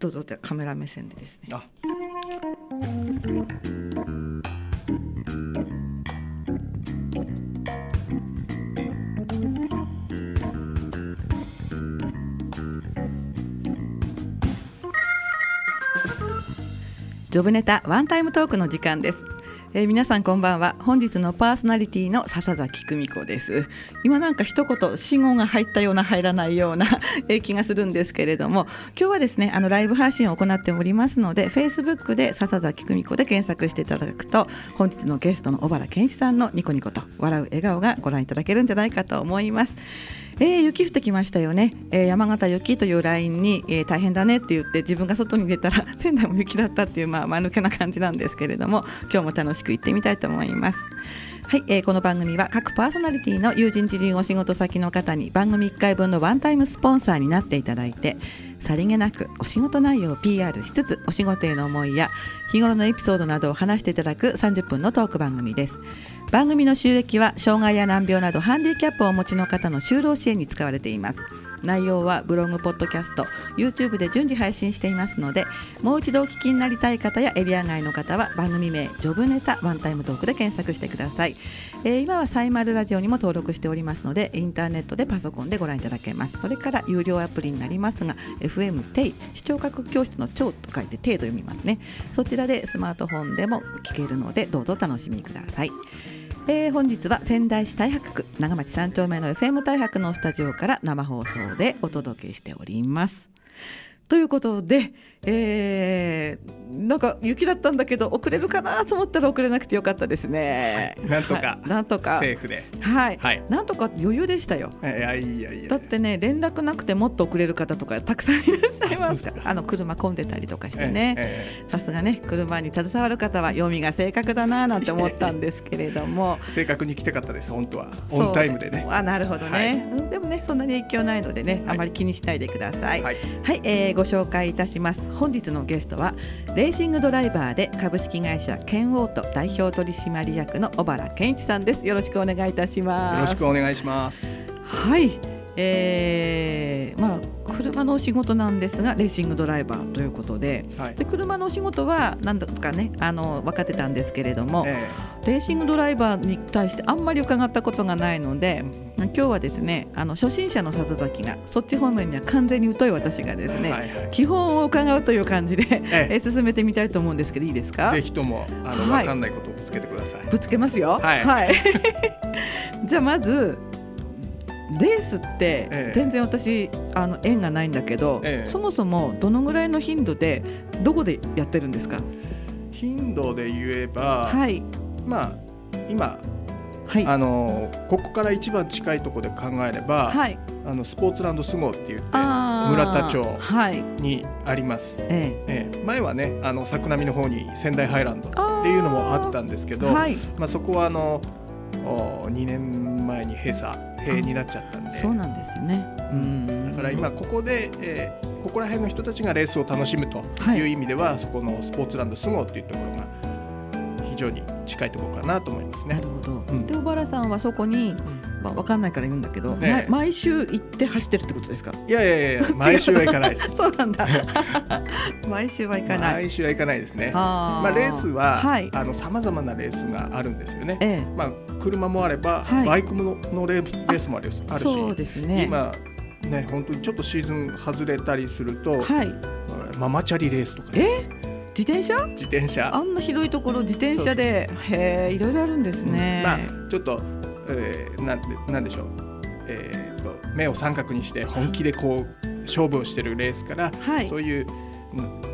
どうぞじゃあカメラ目線でですねあジョブネタワンタイムトークの時間です。えー皆さんこんばんは。本日のパーソナリティの笹崎久美子です。今なんか一言信号が入ったような入らないような、 えー気がするんですけれども、今日はですねあのライブ配信を行っておりますので、Facebook で笹崎久美子で検索していただくと本日のゲストの小原健一さんのニコニコと笑う笑顔がご覧いただけるんじゃないかと思います。えー雪降ってきましたよね、えー山形雪というラインに、えー大変だねって言って自分が外に出たら 仙台も雪だったっていうまあ間抜けな感じなんですけれども今日も楽しく行ってみたいと思います。はい、えーこの番組は各パーソナリティの友人知人お仕事先の方に番組1回分のワンタイムスポンサーになっていただいてさりげなくお仕事内容を PR しつつお仕事への思いや日頃のエピソードなどを話していただく30分のトーク番組です番組の収益は障害や難病などハンディキャップをお持ちの方の就労支援に使われています内容はブログ、ポッドキャスト、YouTube で順次配信していますのでもう一度お聞きになりたい方やエリア外の方は番組名「ジョブネタワンタイムトーク」で検索してください、えー今はサイマルラジオにも登録しておりますのでインターネットでパソコンでご覧いただけますそれから有料アプリになりますが FM テイ視聴覚教室の聴と書いてテイと読みますねそちらでスマートフォンでも聞けるのでどうぞお楽しみくださいえー本日は仙台市太白区長町三丁目の FM 太白のスタジオから生放送でお届けしております。ということで、えーなんか雪だったんだけど遅れるかなと思ったら遅れなくてよかったですね。なんとはかいなんとかセーフではい、はいなんとか余裕でしたよ。いやいやいやだってね連絡なくてもっと遅れる方とかたくさんいらっしゃいあそうまですすかからあの車混んでたりとかしてね。えええさすがね車に携わる方は読みが正確だなぁなんて思ったんですけれどもえ正確に来たかったです本当はそうオンタイムでねあなるほどね、うんでもねそんなに影響ないのでね、あはいまり気にしないでくださいは、はいいえーご紹介いたします本日のゲストはレーシングドライバーで株式会社ケンオート代表取締役の小原健一さんですよろしくお願いいたしますよろしくお願いしますはいえー、まあ車のお仕事なんですがレーシングドライバーということではいで車のお仕事は何度かねあの分かってたんですけれども、えレーシングドライバーに対してあんまり伺ったことがないのえで、今日はですねあの初心者の笹崎がそっち方面には完全に疎い私がですね、はいはい基本を伺うという感じで、ええ進めてみたいと思うんですけどいいですえかぜひともあのはいわかんないことをぶつけてくださいぶつけますよはい じゃあまずレースっえてえ全然私、あの縁がないんだけど、ええそもそもどのぐらいの頻度でどこでやってるんですか頻度で言えばはいまあ今はいあのここから一番近いところで考えればはいあのスポーツランドスゴーって言ってあー村田町はいにありますえええ前はねあの桜見の方に仙台ハイランドっあーていうのもあったんですけえどはいまあ、そこはあのお2年前に閉鎖閉になっちゃったんでそうなんですよねうんだから今ここで、えーここら辺の人たちがレースを楽しむとはいいう意味では、そこのスポーツランドスゴーっていうところが非常に近いところかなと思いますなねる。ほど、うんで小原さんはそこに、まあ、分かんないから言うんだけど、ねえま毎週行って走ってるってことです かいやいや いや毎週は行かないです。そうなんだ 毎週は行かない、毎週は行かないですね。あまあレースは、はいあのさまざまなレースがあるんですよね。ええまあ車もあれば、はいバイクののレースレースもあるし、あるしそうですね今ね本当にちょっとシーズン外れたりすると、はいママチャリレースとか、ね、え自転車自転車、あんな広いところ自転車でへえいろいろあるんですね、まあちょっと、えー、なんでなんでしょう、えー、と目を三角にして本気でこう勝負をしてるレースから、はいそういううんう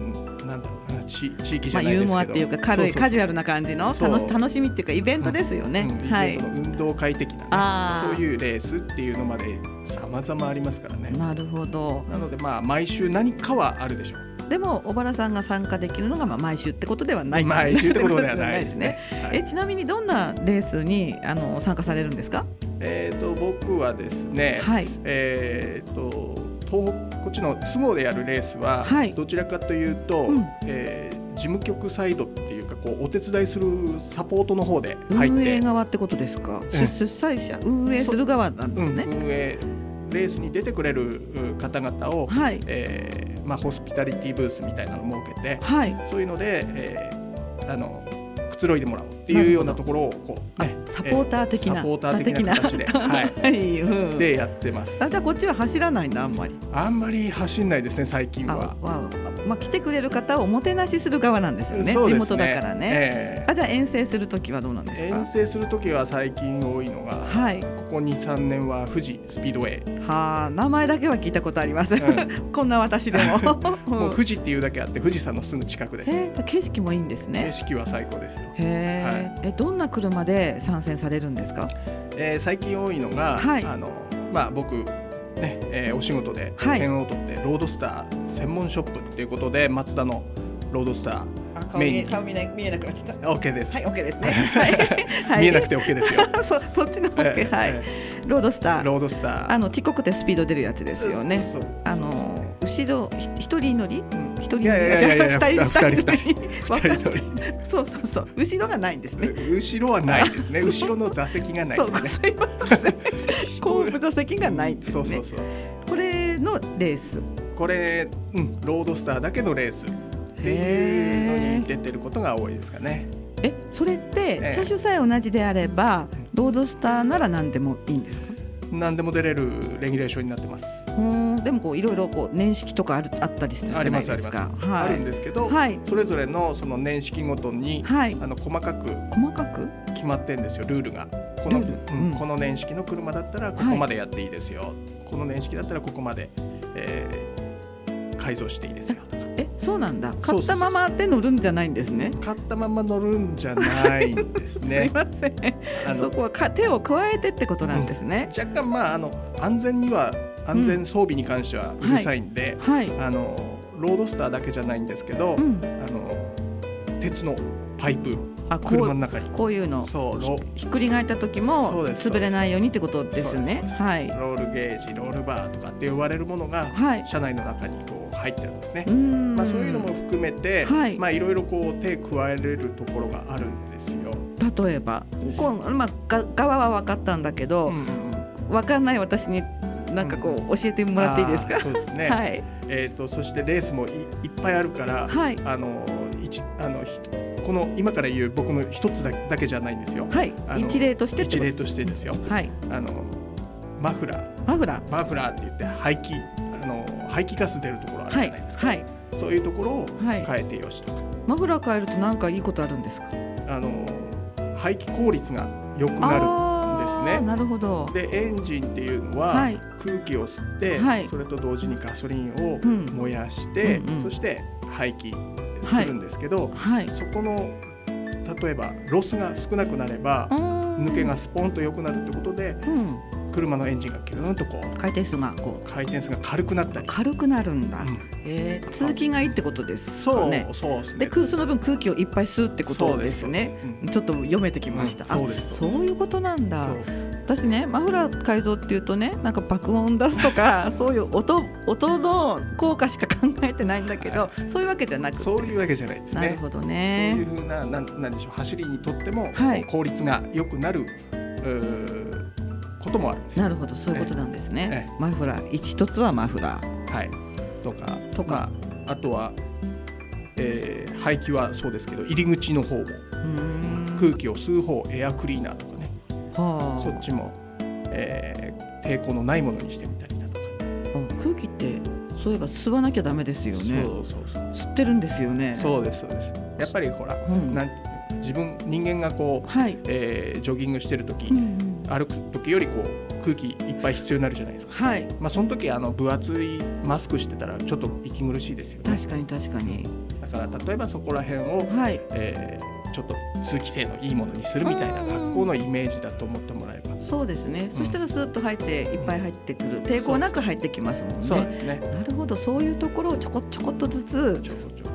んなんだろうな地地域じまあゃないユですけーど、モアっていうか軽いそうそうそうカジュアルな感じのそう楽し楽しみっていうかイベントですよね、うんはイいベントの運動会的あな、ーね、そういうレースっていうのまでさまざまありますからね。なるほどなのでまあ毎週何かはあるでしょう。でも小原さんが参加できるのがまあ毎週ってことではない毎週ってことではないですね。はいえ ちなみにどんなレースにあの参加されるんですか？えっ、と僕はですね、はい。えー、と東北こっちの都合でやるレースは、はいどちらかというと、うんえー事務局サイドっていうかこうお手伝いするサポートの方で入っ運営て、側ってことですか？出主催者運営する側なんでうすんね。運営レースに出てくれるう方々を、はい。えーまあ、ホスピタリティブースみたいなのを設けてはい。そういうので、えーあのくつろいでもらおうっていうようなところをこう、ね、サポーター的な、えーサポーター的 な形で、はい、はい、うん。でやってますあじゃあこっちは走らないんだあんまり。あんまり走んないですね最近あは。わまあ来てくれる方をおもてなしする側なんですよね。そう地です元だからね。えあじゃあ遠征するときはどうなんでえす遠か。征するときは最近多いのが、はい。ここ2、3年は富士スピードウェイ、はあ名前だけは聞いたことあります。う こんな私でも。ん もううん富士っていうだけあって富士山のすぐ近くです。えーじゃあ景色もいいんです景ね。色は最高ですよ。へえ、えどんな車で参戦されるんですか。えー最近多いのが、はいあのまあ僕ね、えーお仕事ではい県を取ってロードスター専門ショップっていうことでマツダのロードスタ顔メイン顔見えない見えなくなっちゃった。ー OK です。はい、オッケー ですね。はい、はい見えなくて OK ですよ。そそっち のオッケー、はい、えロードスターー。ロードスター。あのちっこくてスピード出るやつですよね。そう。そうあそうですねの 後ろひ一人乗りうん一人乗りいやいやいやいやあじゃあ 二二人人二人わか二人乗りるそうそうそう後ろがないんですね。後ろはないで すね。後ろの座席がないそでうすね。すいません。後部座席がないんですそうそねう。そう。これのレース。これ、うん、ロードスターだけのレースっていうのに出てることが多いですかね。えそれってええ車種さえ同じであればうんロードスターなら何でもいいんですか。何でも出れるレギュレーションになってます。うーんでもこういろいろこう年式とかあるあったりするじあゃりなまいすあでりすます。か。あはるんいですけど、はいそれぞれのその年式ごとに、はいあの細かく細かく決まってんですよルールが。このルールうんうんこの年式の車だったらここまでやっていいですよ。この年式だったらここまで、えー改造していいで すよとか。えそうなんだそ買うそうそうったままで乗るんじゃないんですね。買ったまま乗るんじゃないんで すすいね。ません。あのそこはか手を加えてってことなんですね。若干まああの安全には安全装備に関してはうるさいんで、はい。あのロードスターだけじゃないんですけど、うん。あの鉄のパイプあこ車うの中にこういうのそうロひっくり返った時そもうです潰れないようにってことですねそう。ですはいロールゲージロールバーとかって呼ばれるものがはい。車内の中にこう入ってるんですねうー。ん。まあ、そういうのも含めて、はいまあいろいろこう手加えれるところがあるんですよ。例えばこうまあが側は分かったんだけど、うんうんうん分かんない私になんかこう教えてもらっていいですあか。ーそうですね。はいえっ、とそしてレースもいいっぱいあるから、はいあの一あのひこの今から言う僕の一つだだけじゃないんですよ。はいあの一例としてってこ一と例としてですよ。はいあのマフラーマフラーマフラーって言って排気あの排気ガス出るところあるじはゃいないですか。はいそういうところをはい変えてよしとか、マフラー変えるとなんかいいことあるんですか。あの排気効率が良くなあですーねなるほど。る。でエンジンっていうのは、はい空気を吸って、はいそれと同時にガソリンをうん燃やして、うんうんそして排気するんですけど、はい。そこの例えばロスが少なくなれば抜抜けがスポンと良くなるってことでうん、車のエンジンがキューンとこう回転数がこう回転数が軽くなったり、軽くなるんだ、うんえー通勤がいいってことですそようねそうですねで空その分空気をいっぱい吸うってことですねそうですちょっと読めてきうんました、うんあそうですそういうことなんだそう私ねマフラー改造っていうとねなんか爆音出すと かそういう音音の効果しか考えてないんだけど、はそういうわけじゃなくてそういうわけじゃないですなるねほどそういねうふうななんなんでしょう走りにとっても、はい効率が良くなるうーこともあるんですよなるほどそういうことなんですね、えマフラー一一つはマフラーはいとかとかまあ、あとは、えー排気はそうですけど入り口の方もうーん空気を吸う方エアクリーナーとかねはあそっちも、えー抵抗のないものにしてみたりだとか、あ空気ってそういえば吸わなきゃダメですよねそうそうそう吸ってるんですよねそうですそうですやっぱりほら、うんなん自分人間がこう、はい、えージョギングしてる時、うん歩く時よりこう空気いっぱい必要になるじゃないですか、はいまあ、その時あの分厚いマスクしてたらちょっと息苦しいですよね確かに確かにだから例えばそこら辺を、はいえーちょっと通気性のいいものにするみたいな格好のイメージだと思ってもらえば、そうですね、そしたらスーッと入っていっぱい入ってくる抵抗なく入ってきますもんねそうですねなるほどそういうところをちょこちょこっとずつちょこちょこ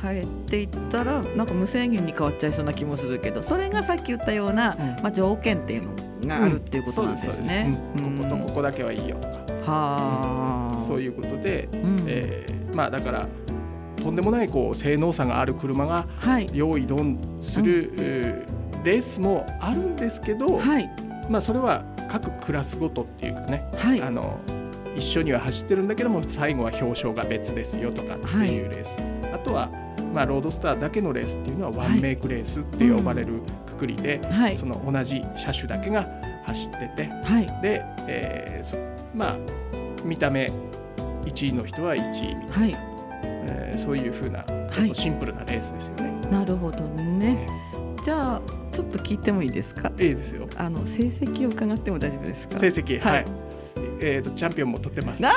そう変えていったらなんか無制限に変わっちゃいそうな気もするけどそれがさっき言ったような、うんまあ、条件っていうのがあるっていうことなんですね。そうですそうですうんこことここだけはいいよとか、はあ、そういうことで、うんえーまあだからとんでもないこう性能差がある車がはい用意どんする、えーレースもあるんですけど、はいまあそれは各クラスごとっていうかね、はいあの一緒には走ってるんだけども最後は表彰が別ですよとかっていうレース、あとは、まあ、ロードスターだけのレースっていうのはワンメイクレースって呼ばれるくくりで、はいその同じ車種だけが走っててはいで、えーそまあ見た目1位の人は1位みたいな、はいえーそういうふうなちょっとシンプルなレースですよね。なるほどねじゃあちょっと聞いてもいいですかえー A ですよあの成績を伺っても大丈夫ですか成績ははいい、えー、とチャンピオンも取ってます。あ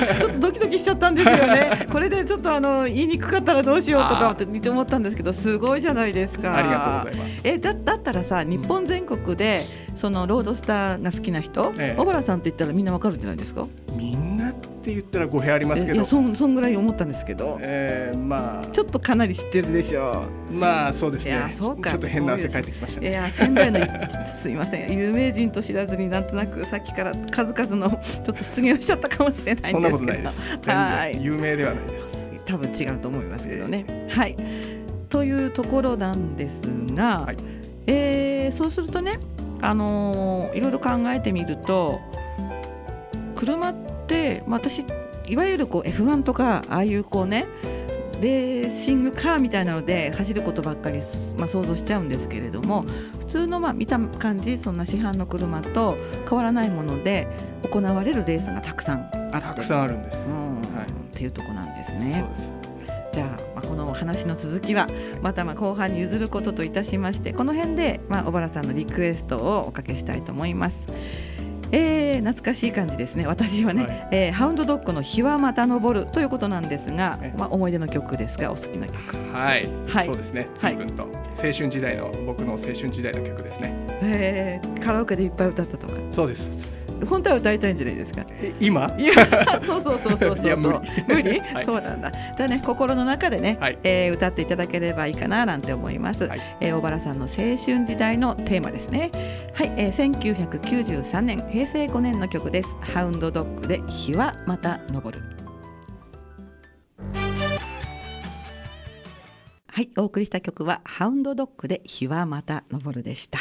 ーちょっとドキドキしちゃったんですよね。 これでちょっとあの言いにくかったらどうしようとかって思ったんですけど、すごいじゃないですか。ありがとうございます。えだだったらさ日本全国で、そのロードスターが好きな人、ええ小原さんって言ったらみんなわかるんじゃないですか。みんなって言ったら語弊ありますえけいどや、そんそんぐらい思ったんですけど、えーまあちょっとかなり知ってるでしょまあそうですいねや。そうかちょっと変な汗そかういてきましたう。いね。や仙台のすいません有名人と知らずになんとなくさっきから数々のちょっと失言をしちゃったかもしれないそんんなでこすとけないどはで。す。全い然有名ではないです。多分違うと思いますけどね。はいというところなんですが、はいえーそうするとね、あのーいろいろ考えてみると車って、まあ、私いわゆるこう F1 とかああいうこうねレーシングカーみたいなので走ることばっかり、まあ、想像しちゃうんですけれども普通のまあ見た感じそんな市販の車と変わらないもので行われるレースがたくさんあってたくさんあるんです。うんはいっていうとこなんですそうでね。じゃあ、まあ、このお話の続きはまたまあ後半に譲ることといたしましてこの辺で、まあ、小原さんのリクエストをおかけしたいと思います。えー懐かしい感じですね私はね、はいえーハウンドドッグの「日はまた昇る」ということなんですがえ、まあ、思い出の曲ですがお好きな曲、す。はい。はいそうですね。はい随分と青春時代の僕の青春時代の曲ですね。えーカラオケでいっぱい歌ったとかそうです。本当は歌いたいんじゃないですかえ今いやそうそうそうそうそうそういや無無理理はいそうなんだじゃあね心の中でね、はいえー歌っていただければいいかななんて思います、はいえー小原さんの青春時代のテーマですねはい、えー、1993年平成5年の曲ですハウンドドッグで日はまた昇るはいお送りした曲はハウンドドッグで日はまた昇るでした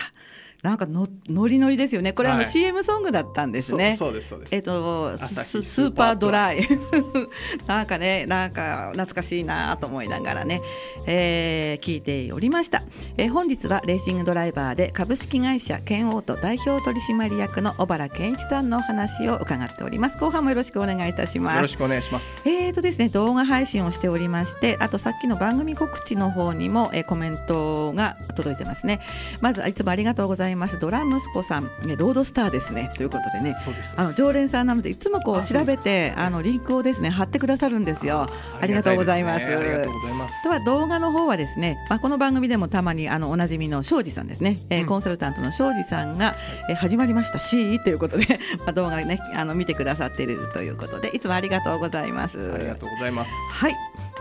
なんかのノリノリですよねこれあのはい CM ソングだったんですね、そうそうですそうです。えっと、朝日スススーーパパーードドラライ なんかねなんか懐かしいなと思いながらね、えー聞いておりました、えー本日はレーシングドライバーで株式会社ケンオート代表取締役の小原健一さんのお話を伺っております後半もよろしくお願いいたしよまろすしくお願いします。えーとですね、動画配信をしておりましてあとさっきの番組告知の方にも、えーコメントが届いてますねまずいつもありがとうございますドラ息子さん、ね、ロードスターですねということでねそうです。あの常連さんなのでいつもこうあ調べてあのリンクをですね貼ってくださるんですよ。ありがとうございますありがとうございますあと。は動画の方はですね、まあ、この番組でもたまにあのおなじみの庄司さんですね、えーうんコンサルタントの庄司さんが、えー始まりました C ということで、 まあ、動画ねあの見てくださっているということでいつもありがとうございます。ありがとうございます。はい、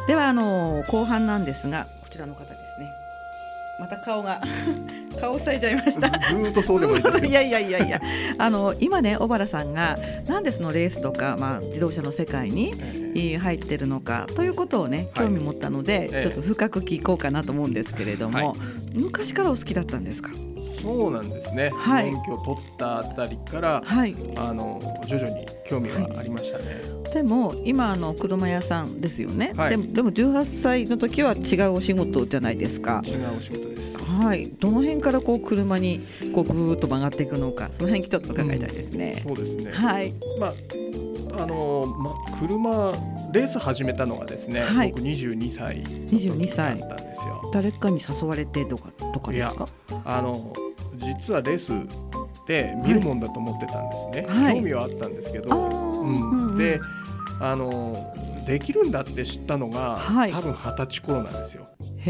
ではあの後半なんですがこちらの方ですねまた顔が 顔を塞いじゃいましずずた。ーっとそうでもいいですよ。やいやいやいや、あの今ね、小原さんが、なんでそのレースとか、まあ自動車の世界に。えーいい入ってるのかということをね、は興い味持ったので、ええちょっと深く聞こうかなと思うんですけれども。は昔からお好きだったんですか。そうなんですね、はい免許を取ったあたりから、はい、あの徐々に興味はありましたね、でも、今あの車屋さんですよね。はいでも、でも18歳の時は違うお仕事じゃないですか。違うお仕事ですはい、どの辺からこう車に、こうぐーっと曲がっていくのか、その辺ちょっと伺いたいですね。そうですね、はい、まああのまあ車レース始めたのがですね、はい僕22歳22歳だったんですよ誰かに誘われてとか、とかですか。あの実はレースって見るもんだと思ってたんですね、はい興味はあったんですあけど、ーうんうんであのできるんだって知ったのが、はい多分二十歳頃なんですよへ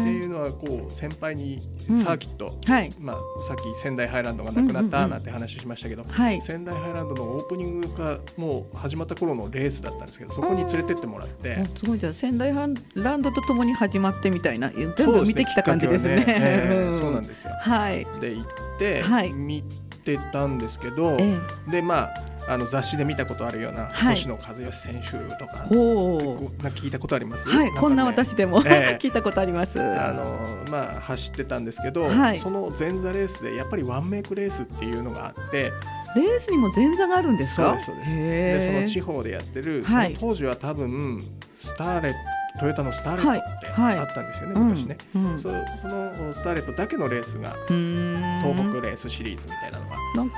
ってえ。いうのはこう先輩にうんサーキット、はい。まあ、さっき仙台ハイランドがなくなうっんうんたうんなんて話しましたけど、はい。仙台ハイランドのオープニングがもう始まった頃のレースだったんですけどそこに連れてってもらってあ。すごいじゃあ仙台ハンランドとともに始まってみたいな全部見てきた感じですね。そうですねきっかけはねええそうなんす。ですよはい。で行って、はい見てたんですけどええでまああの雑誌で見たことあるような、はい星野和義選手とかほこうなんか聞いたことあります、う。はい、かねこんな私でも、ええ 聞いたことあります。あのまあ、走ってたんですけど、はいその前座レースでやっぱりワンメイクレースっていうのがあってレースにも前座があるんですか。そうですそうへでえその地方でやってる、はいその当時は多分スターレトヨタのスターレットってはいはいあったんですよね、うん昔ね、うんそそのスターレットだけのレースがうーん東北レースシリーズみたいなのが、なんか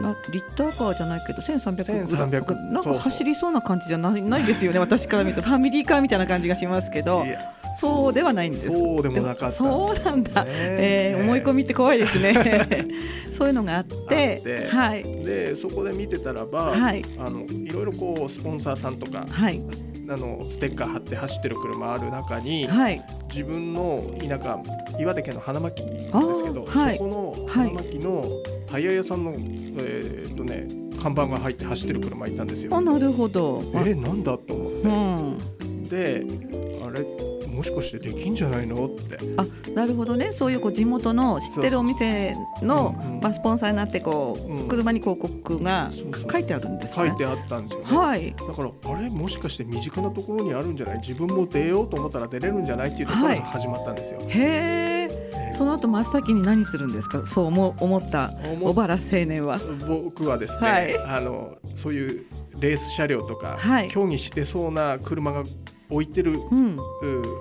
なリッターカーじゃないけど1300ぐらい1300なんそうかそう走りそうな感じじゃない ないですよね私から見 るとファミリーカーみたいな感じがしますけどいやそうではないんですそうでもなかったんですよねそうなんだ、えねー思い込みって怖いですね そういうのがあってあってはいでそこで見てたらば、はいあのいろいろこうスポンサーさんとかはいあのステッカー貼って走ってる車ある中に、はい自分の田舎岩手県の花巻なんですけど、あーはいそこの花巻のタイヤ屋さんの、えーっとね看板が入って走ってる車いたんですよ。あなるほど、えー、なんだと思うっん、てであれもしかしてできんじゃないのってあなるほどねそういうこう地元の知ってるお店のそうそううんうんまあ、スポンサーになってこう、うん車に広告がそうそう書いてあるんです書ねいてあったんですよね。はいだからあれもしかして身近なところにあるんじゃない自分も出ようと思ったら出れるんじゃないっていうところはがい始まったんですよ。へええーその後真っ先に何するんですかそう思う思った思っ小原青年は僕はですね、はいあのそういうレース車両とか、はい競技してそうな車が置いてる、うんう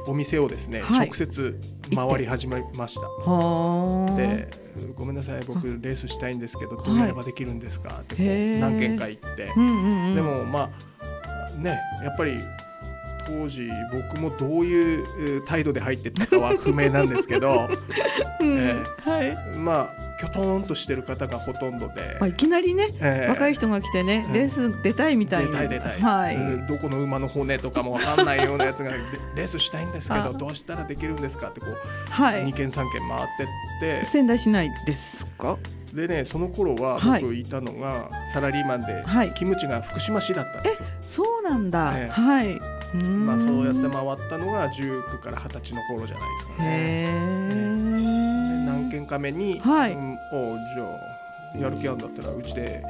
お店をですね、はい直接回り始めました。はあでごめんなさい僕レースしたいんですけどいどうやればできるんですか、ってこうへー何軒か行ってう、んうんうんでもまあねやっぱり当時僕もどういうう態度で入ってったか は不明なんですけどうんえはいまあきょとんとしてる方がほとんどで。まあいきなりねええ若い人が来てねうんレース出たいみたい出なたい出たい、はいうんどこの馬の骨とかもわかんないようなやつが でレースしたいんですけあどどうしたらできるんですかってこう、は2い軒3軒回ってっ仙台市内ですかてでねその頃ははい僕いたのがサラリーマンで、はいキムチが福島市だったんですよ、そうなんだええはいままあ、そうやって回ったのが19から20歳の頃じゃないですかねへえで何軒か目に、はいうんおうじゃあやる気あるんだったらうちで、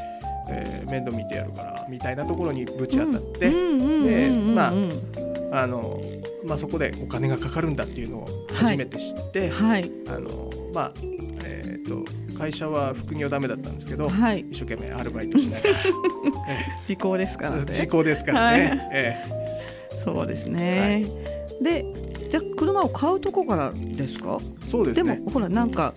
えー面倒見てやるからみたいなところにぶち当たって、でまああのまあ、そこでお金がかかるんだっていうのを初めて知って、はいあのまあえー、と会社は副業ダメだったんですけど、はい一生懸命アルバイトしなが時効です からねら時効ですからね、はいえそうですね。で、じゃあ車を買うとこからですか？えそうでですねもほらなんか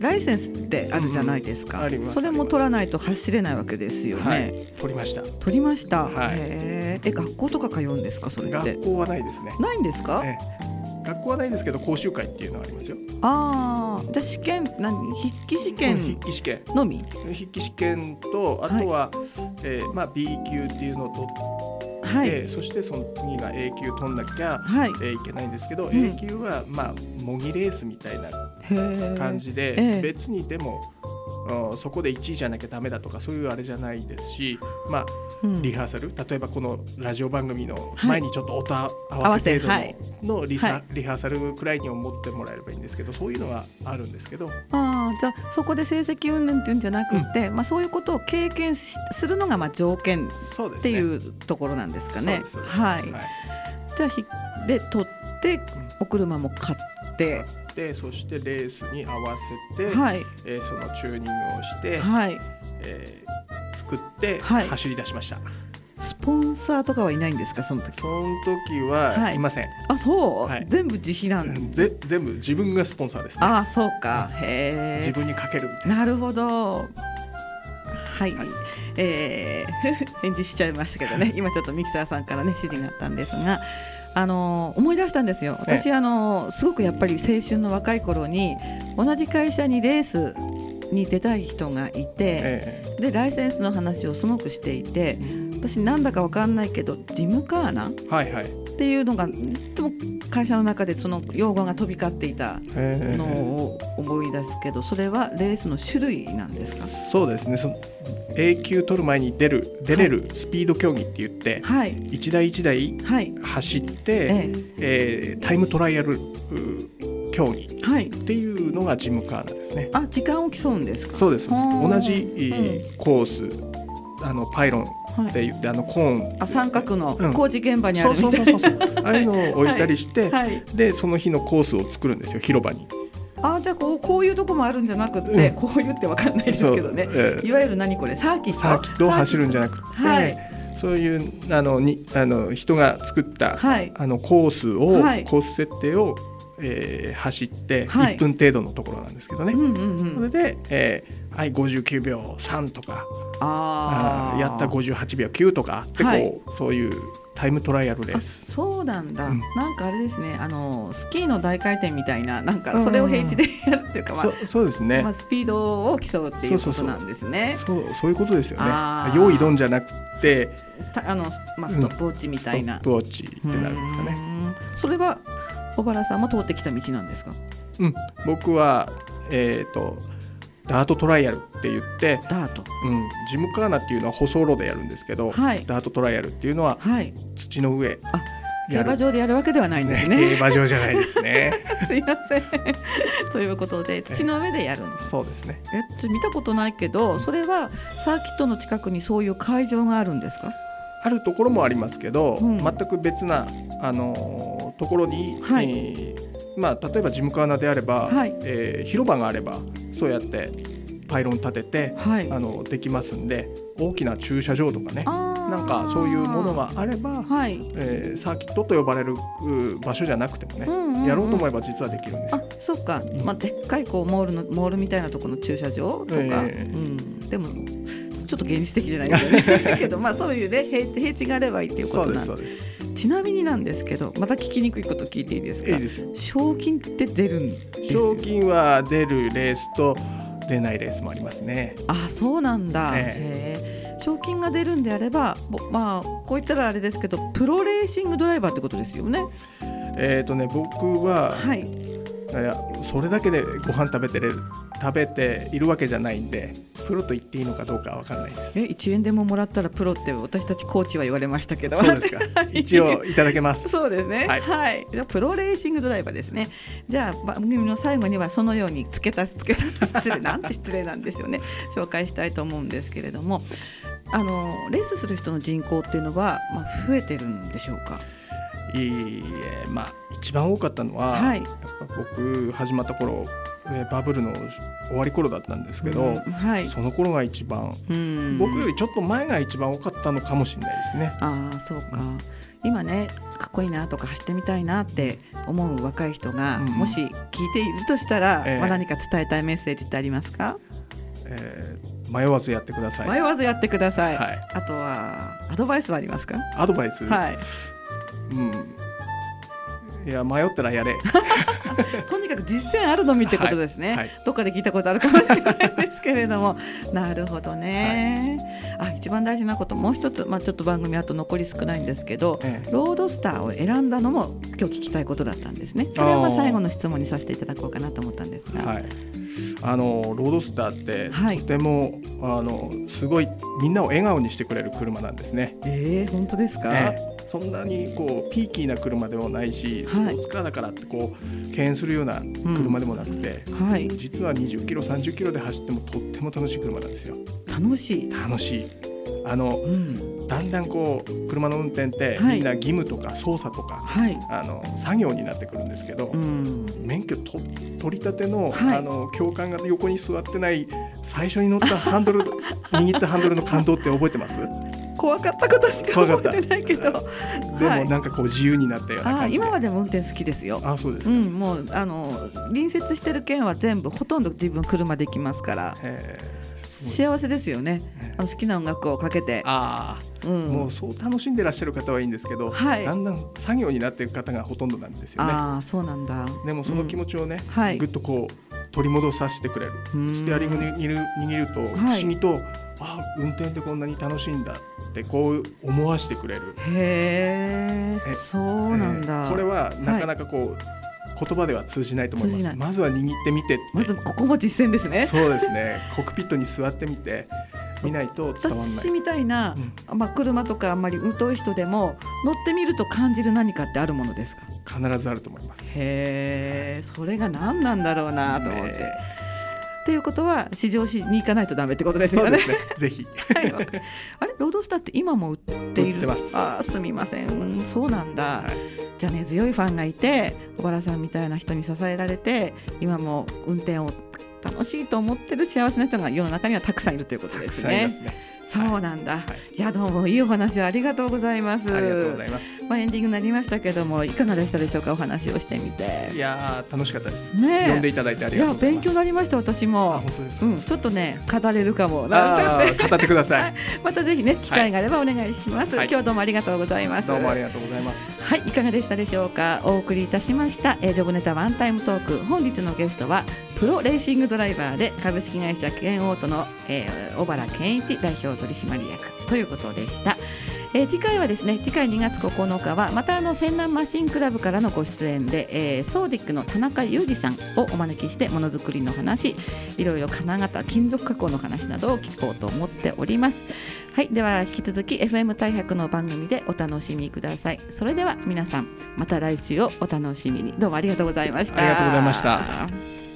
ライセンスってあるじゃないですうんか。ありますそれも取らないと走れないわけですよね。はい取りました取りました。はいへーえ、学校とか通うんですか？それって学校はないですね、ないんですか？ええ学校はないですけど講習会っていうのはありますよああ、じゃあ試験何筆記試筆験記試験のみ？筆記試験とあとは、えーまあ、B 級っていうのを取って、はいそしてその次が A 級取んなきゃ、はい。えーいけないんですけど、ん A 級はまあ模擬レースみたいなへー感。じえでえ別にでもうんそこで1位じゃなきゃダメだとかそういうあれじゃないですしまあうんリハーサル例えばこのラジオ番組のはい前にちょっと音合わせ程合わせはい度ののリはサリハーサルくらいに思ってもらえればいいんですけどそういうのはあるんですけどああじゃあそこで成績云々っていうんじゃなくて、まあそういうことを経験しするのがまあ条件そうでっすてね。いうところなんですかそうねですそう。ですはい。はいじゃあひで取ってお車も買って、でそしてレースに合わせて、はいえーそのチューニングをして、はい。えー作ってはい走り出しました、スポンサーとかはいないんですかその時？その時ははいいません、あそう、はい全部自費なんだ。ぜ全部自分がスポンサーですねああそうかへ自分にかけるみたいえ。なるほど。はい、はいえー 返事しちゃいましたけどね今ちょっとミキサーさんからね指示があったんですが。あの思い出したんですよ私、あのすごくやっぱり青春の若い頃に同じ会社にレースに出たい人がいて、な。ええでライセンスの話をすごくしていて私なんだかわかんないけどジムカーナっはいはい。ていうのがいつも会社の中でその用語が飛び交っていたえのを思い出すけどそれはレースの種類なんですかそうですね。その A 級取る前に出る出れるスピード競技って言って、はい一台一台はい走っえて、えータイムトライアルう競技えはいっていうのがジムカーナですね。あ時間を競うんですかそうです。ほー同じえーコースあのパイロンって言って、あのコーンあ三角のうん工事現場にあそるうそみたうそいうな、そ うそうああいうのを置いたりして、はい、でその日のコースを作るんですよ広場に。あじゃあこうこういうとこもあるんじゃなくって、うんこういうってわかんないですそうけどね、ええいわゆる何これサーキットサーキットを走るんじゃなくて、はいそういうあのにあの人が作った、はいあのコースを、はいコース設定を、えー走ってはい1分程度のところなんですけどね。うんうんそうんれで、えーはい59秒3とかあああーやった58秒9とかってこう、はいそういうタイムトライアルであす。そうなんだ、うんなんかあれですねあのスキーの大回転みたいななんかそれを平地でやるっていうか、まあそそうですね、まあ、スピードを競うっていうことなんですねそうそういうことですよねあー用意どんじゃなくてたあの、まあ、ストップウォッチみたいなス、トップウォッチってなるんですかね。ねそれは小原さんも通ってきた道なんですかうん、僕は、えー、とダートトライアルって言って、ダートうん、ジムカーナっていうのは舗装路でやるんですけど、はいダートトライアルっていうのははい土の上あ競や馬る、場でやるわけではないんでねす競ね馬場じゃないですね。 すいません ということで土の上でやるんですそうですねえ見たことないけどそれはサーキットの近くにそういう会場があるんですかあるところもありますけど、うん全く別な、あのーところに、はいえーまあ、例えばジムカーナであれば、はいえー広場があればそうやってパイロン立てて、はいあのできますんで大きな駐車場とかねななんかそういうものがあれば、はいえーサーキットと呼ばれるう場所じゃなくてもね、うんうんうんやろうと思えば実はできるんですあそっか、んまあ、でっかいこうモールのモールみたいなところの駐車場とか、ええうん、でもちょっと現実的じゃないですよ ねけどまあそういうね平平地があればいいっていうこそとうでなすんそでうですちなみになんですけどまた聞きにくいこと聞いていいですかいいですよ賞金って出るんですよ賞金は出るレースと出ないレースもありますねあそうなんだ、えへえ賞金が出るんであればぼまあこう言ったらあれですけどプロレーシングドライバーってことですよねえっ、とね僕は、はいいやそれだけでご飯食べてれる食べているわけじゃないんでプロと言っていいのかどうかわからないですえ1円でももらったらプロって私たちコーチは言われましたけどそうですか一応いただけます そうですね。は。はいいじゃあプロレーシングドライバーですね。じゃあ番組の最後にはそのように付け足す付け足す失礼なんて失礼なんですよね。 紹介したいと思うんですけれども、あのレースする人の人口っていうのはまあ増えてるんでしょうか。いいえまあ一番多かったのは、はいやっぱ僕始まった頃えーバブルの終わり頃だったんですけど、うんはい。その頃が一番うん僕よりちょっと前が一番多かったのかもしれないですね。ああそうか、今ねかっこいいなとか走ってみたいなって思う若い人が、うんもし聞いているとしたら、ええまあ、何か伝えたいメッセージってありますか、えー迷わずやってください。迷わずやってください、はいあとはアドバイスはありますか、アドバイス、はいうん、いや迷ったらやれ。とにかく実践あるのみってことですね、はいはいどっかで聞いたことあるかもしれないですけれどもなるほどね、あ一番大事なこともう一つ、まあ、ちょっと番組あと残り少ないんですけど、ええロードスターを選んだのも今日聞きたいことだったんですねそれはまああー最後の質問にさせていただこうかなと思ったんですが、はい、あのロードスターって、はいとてもあのすごいみんなを笑顔にしてくれる車なんですね。えー、本当ですか、ええそんなにこうピーキーな車でもないし、スポーツカーだからってこう敬遠するような車でもなくて、はい実は20キロ30キロで走ってもとっても楽しい車なんですよ。楽しい、楽しいあのうん、だんだんこう車の運転ってはいみんな義務とか操作とか、はい、あの作業になってくるんですけど、うん、免許と取り立ての,、はいあの教官が横に座ってない最初に乗ったハ ンドル握ったハンドルの感動って覚えてます怖かったことしか怖かった覚えてないけど ではもいなんかこう自由になったようなあ感じで、今までも運転好きですよ。あそうですうか、ん、もうあの隣接してる県は全部ほとんど自分車で行きますからえーすごい幸せですよねえあの好きな音楽をかけて、あうん、ーもうそう楽しんでらっしゃる方はいいんですけど、はいだんだん作業になっていく方がほとんどなんですよねああそうなんだでもその気持ちをね、はいぐっとこう取り戻させてくれるうんステアリングに握る握ると不はい思議と、あ運転ってこんなに楽しいんだってこう思わせてくれるへえそうなんだ、えーこれはなかなかこう、言葉では通じないと思い通まじすないまずは握ってみてってまずここも実践ですねそうですねコックピットに座ってみて見ないと伝わらな私いみたいな、まあ、車とかあんまり疎い人でも乗ってみると感じる何かってあるものですか必ずあると思いますへえそれが何なんだろうなと思って、ねっていうことは市場しに行かないとダメってことですよね。そうですねぜひ はいわかるあれロードスターって今も売っている売ってますあーすみません、うんそうなんだ、はいじゃあね強いファンがいて小原さんみたいな人に支えられて今も運転を楽しいと思ってる幸せな人が世の中にはたくさんいるということたでくすさんいまね。すねそうなんだ、はいい、やどうもいいお話をありがとうございます。ありがとうございますまあエンディングになりましたけどもいかがでしたでしょうかお話をしてみて。いやー楽しかったです、ねえ呼んでいただいてあいりがとやうござい勉ます強になりました私あも本。当ですか、うんちょっとね語れるかもなんちゃっあてー語ってくださいまたぜひね機会があればお願いします、はい今日どう もありがとうございますどうもありがとうございますはいいかがでしたでしょうかお送りいたしました、えージョブネタワンタイムトーク本日のゲストはプロレーシングドライバーで株式会社ケンオートの、えー小原健一代表取締役ということでした、えー次回はですね次回2月9日はまたあの泉南マシンクラブからのご出演で、えーソーディックの田中裕二さんをお招きしてものづくりの話いろいろ金型金属加工の話などを聞こうと思っておりますはい、では引き続き FM 大白の番組でお楽しみください。それでは皆さん、また来週をお楽しみに。どうもありがとうございました。ありがとうございました。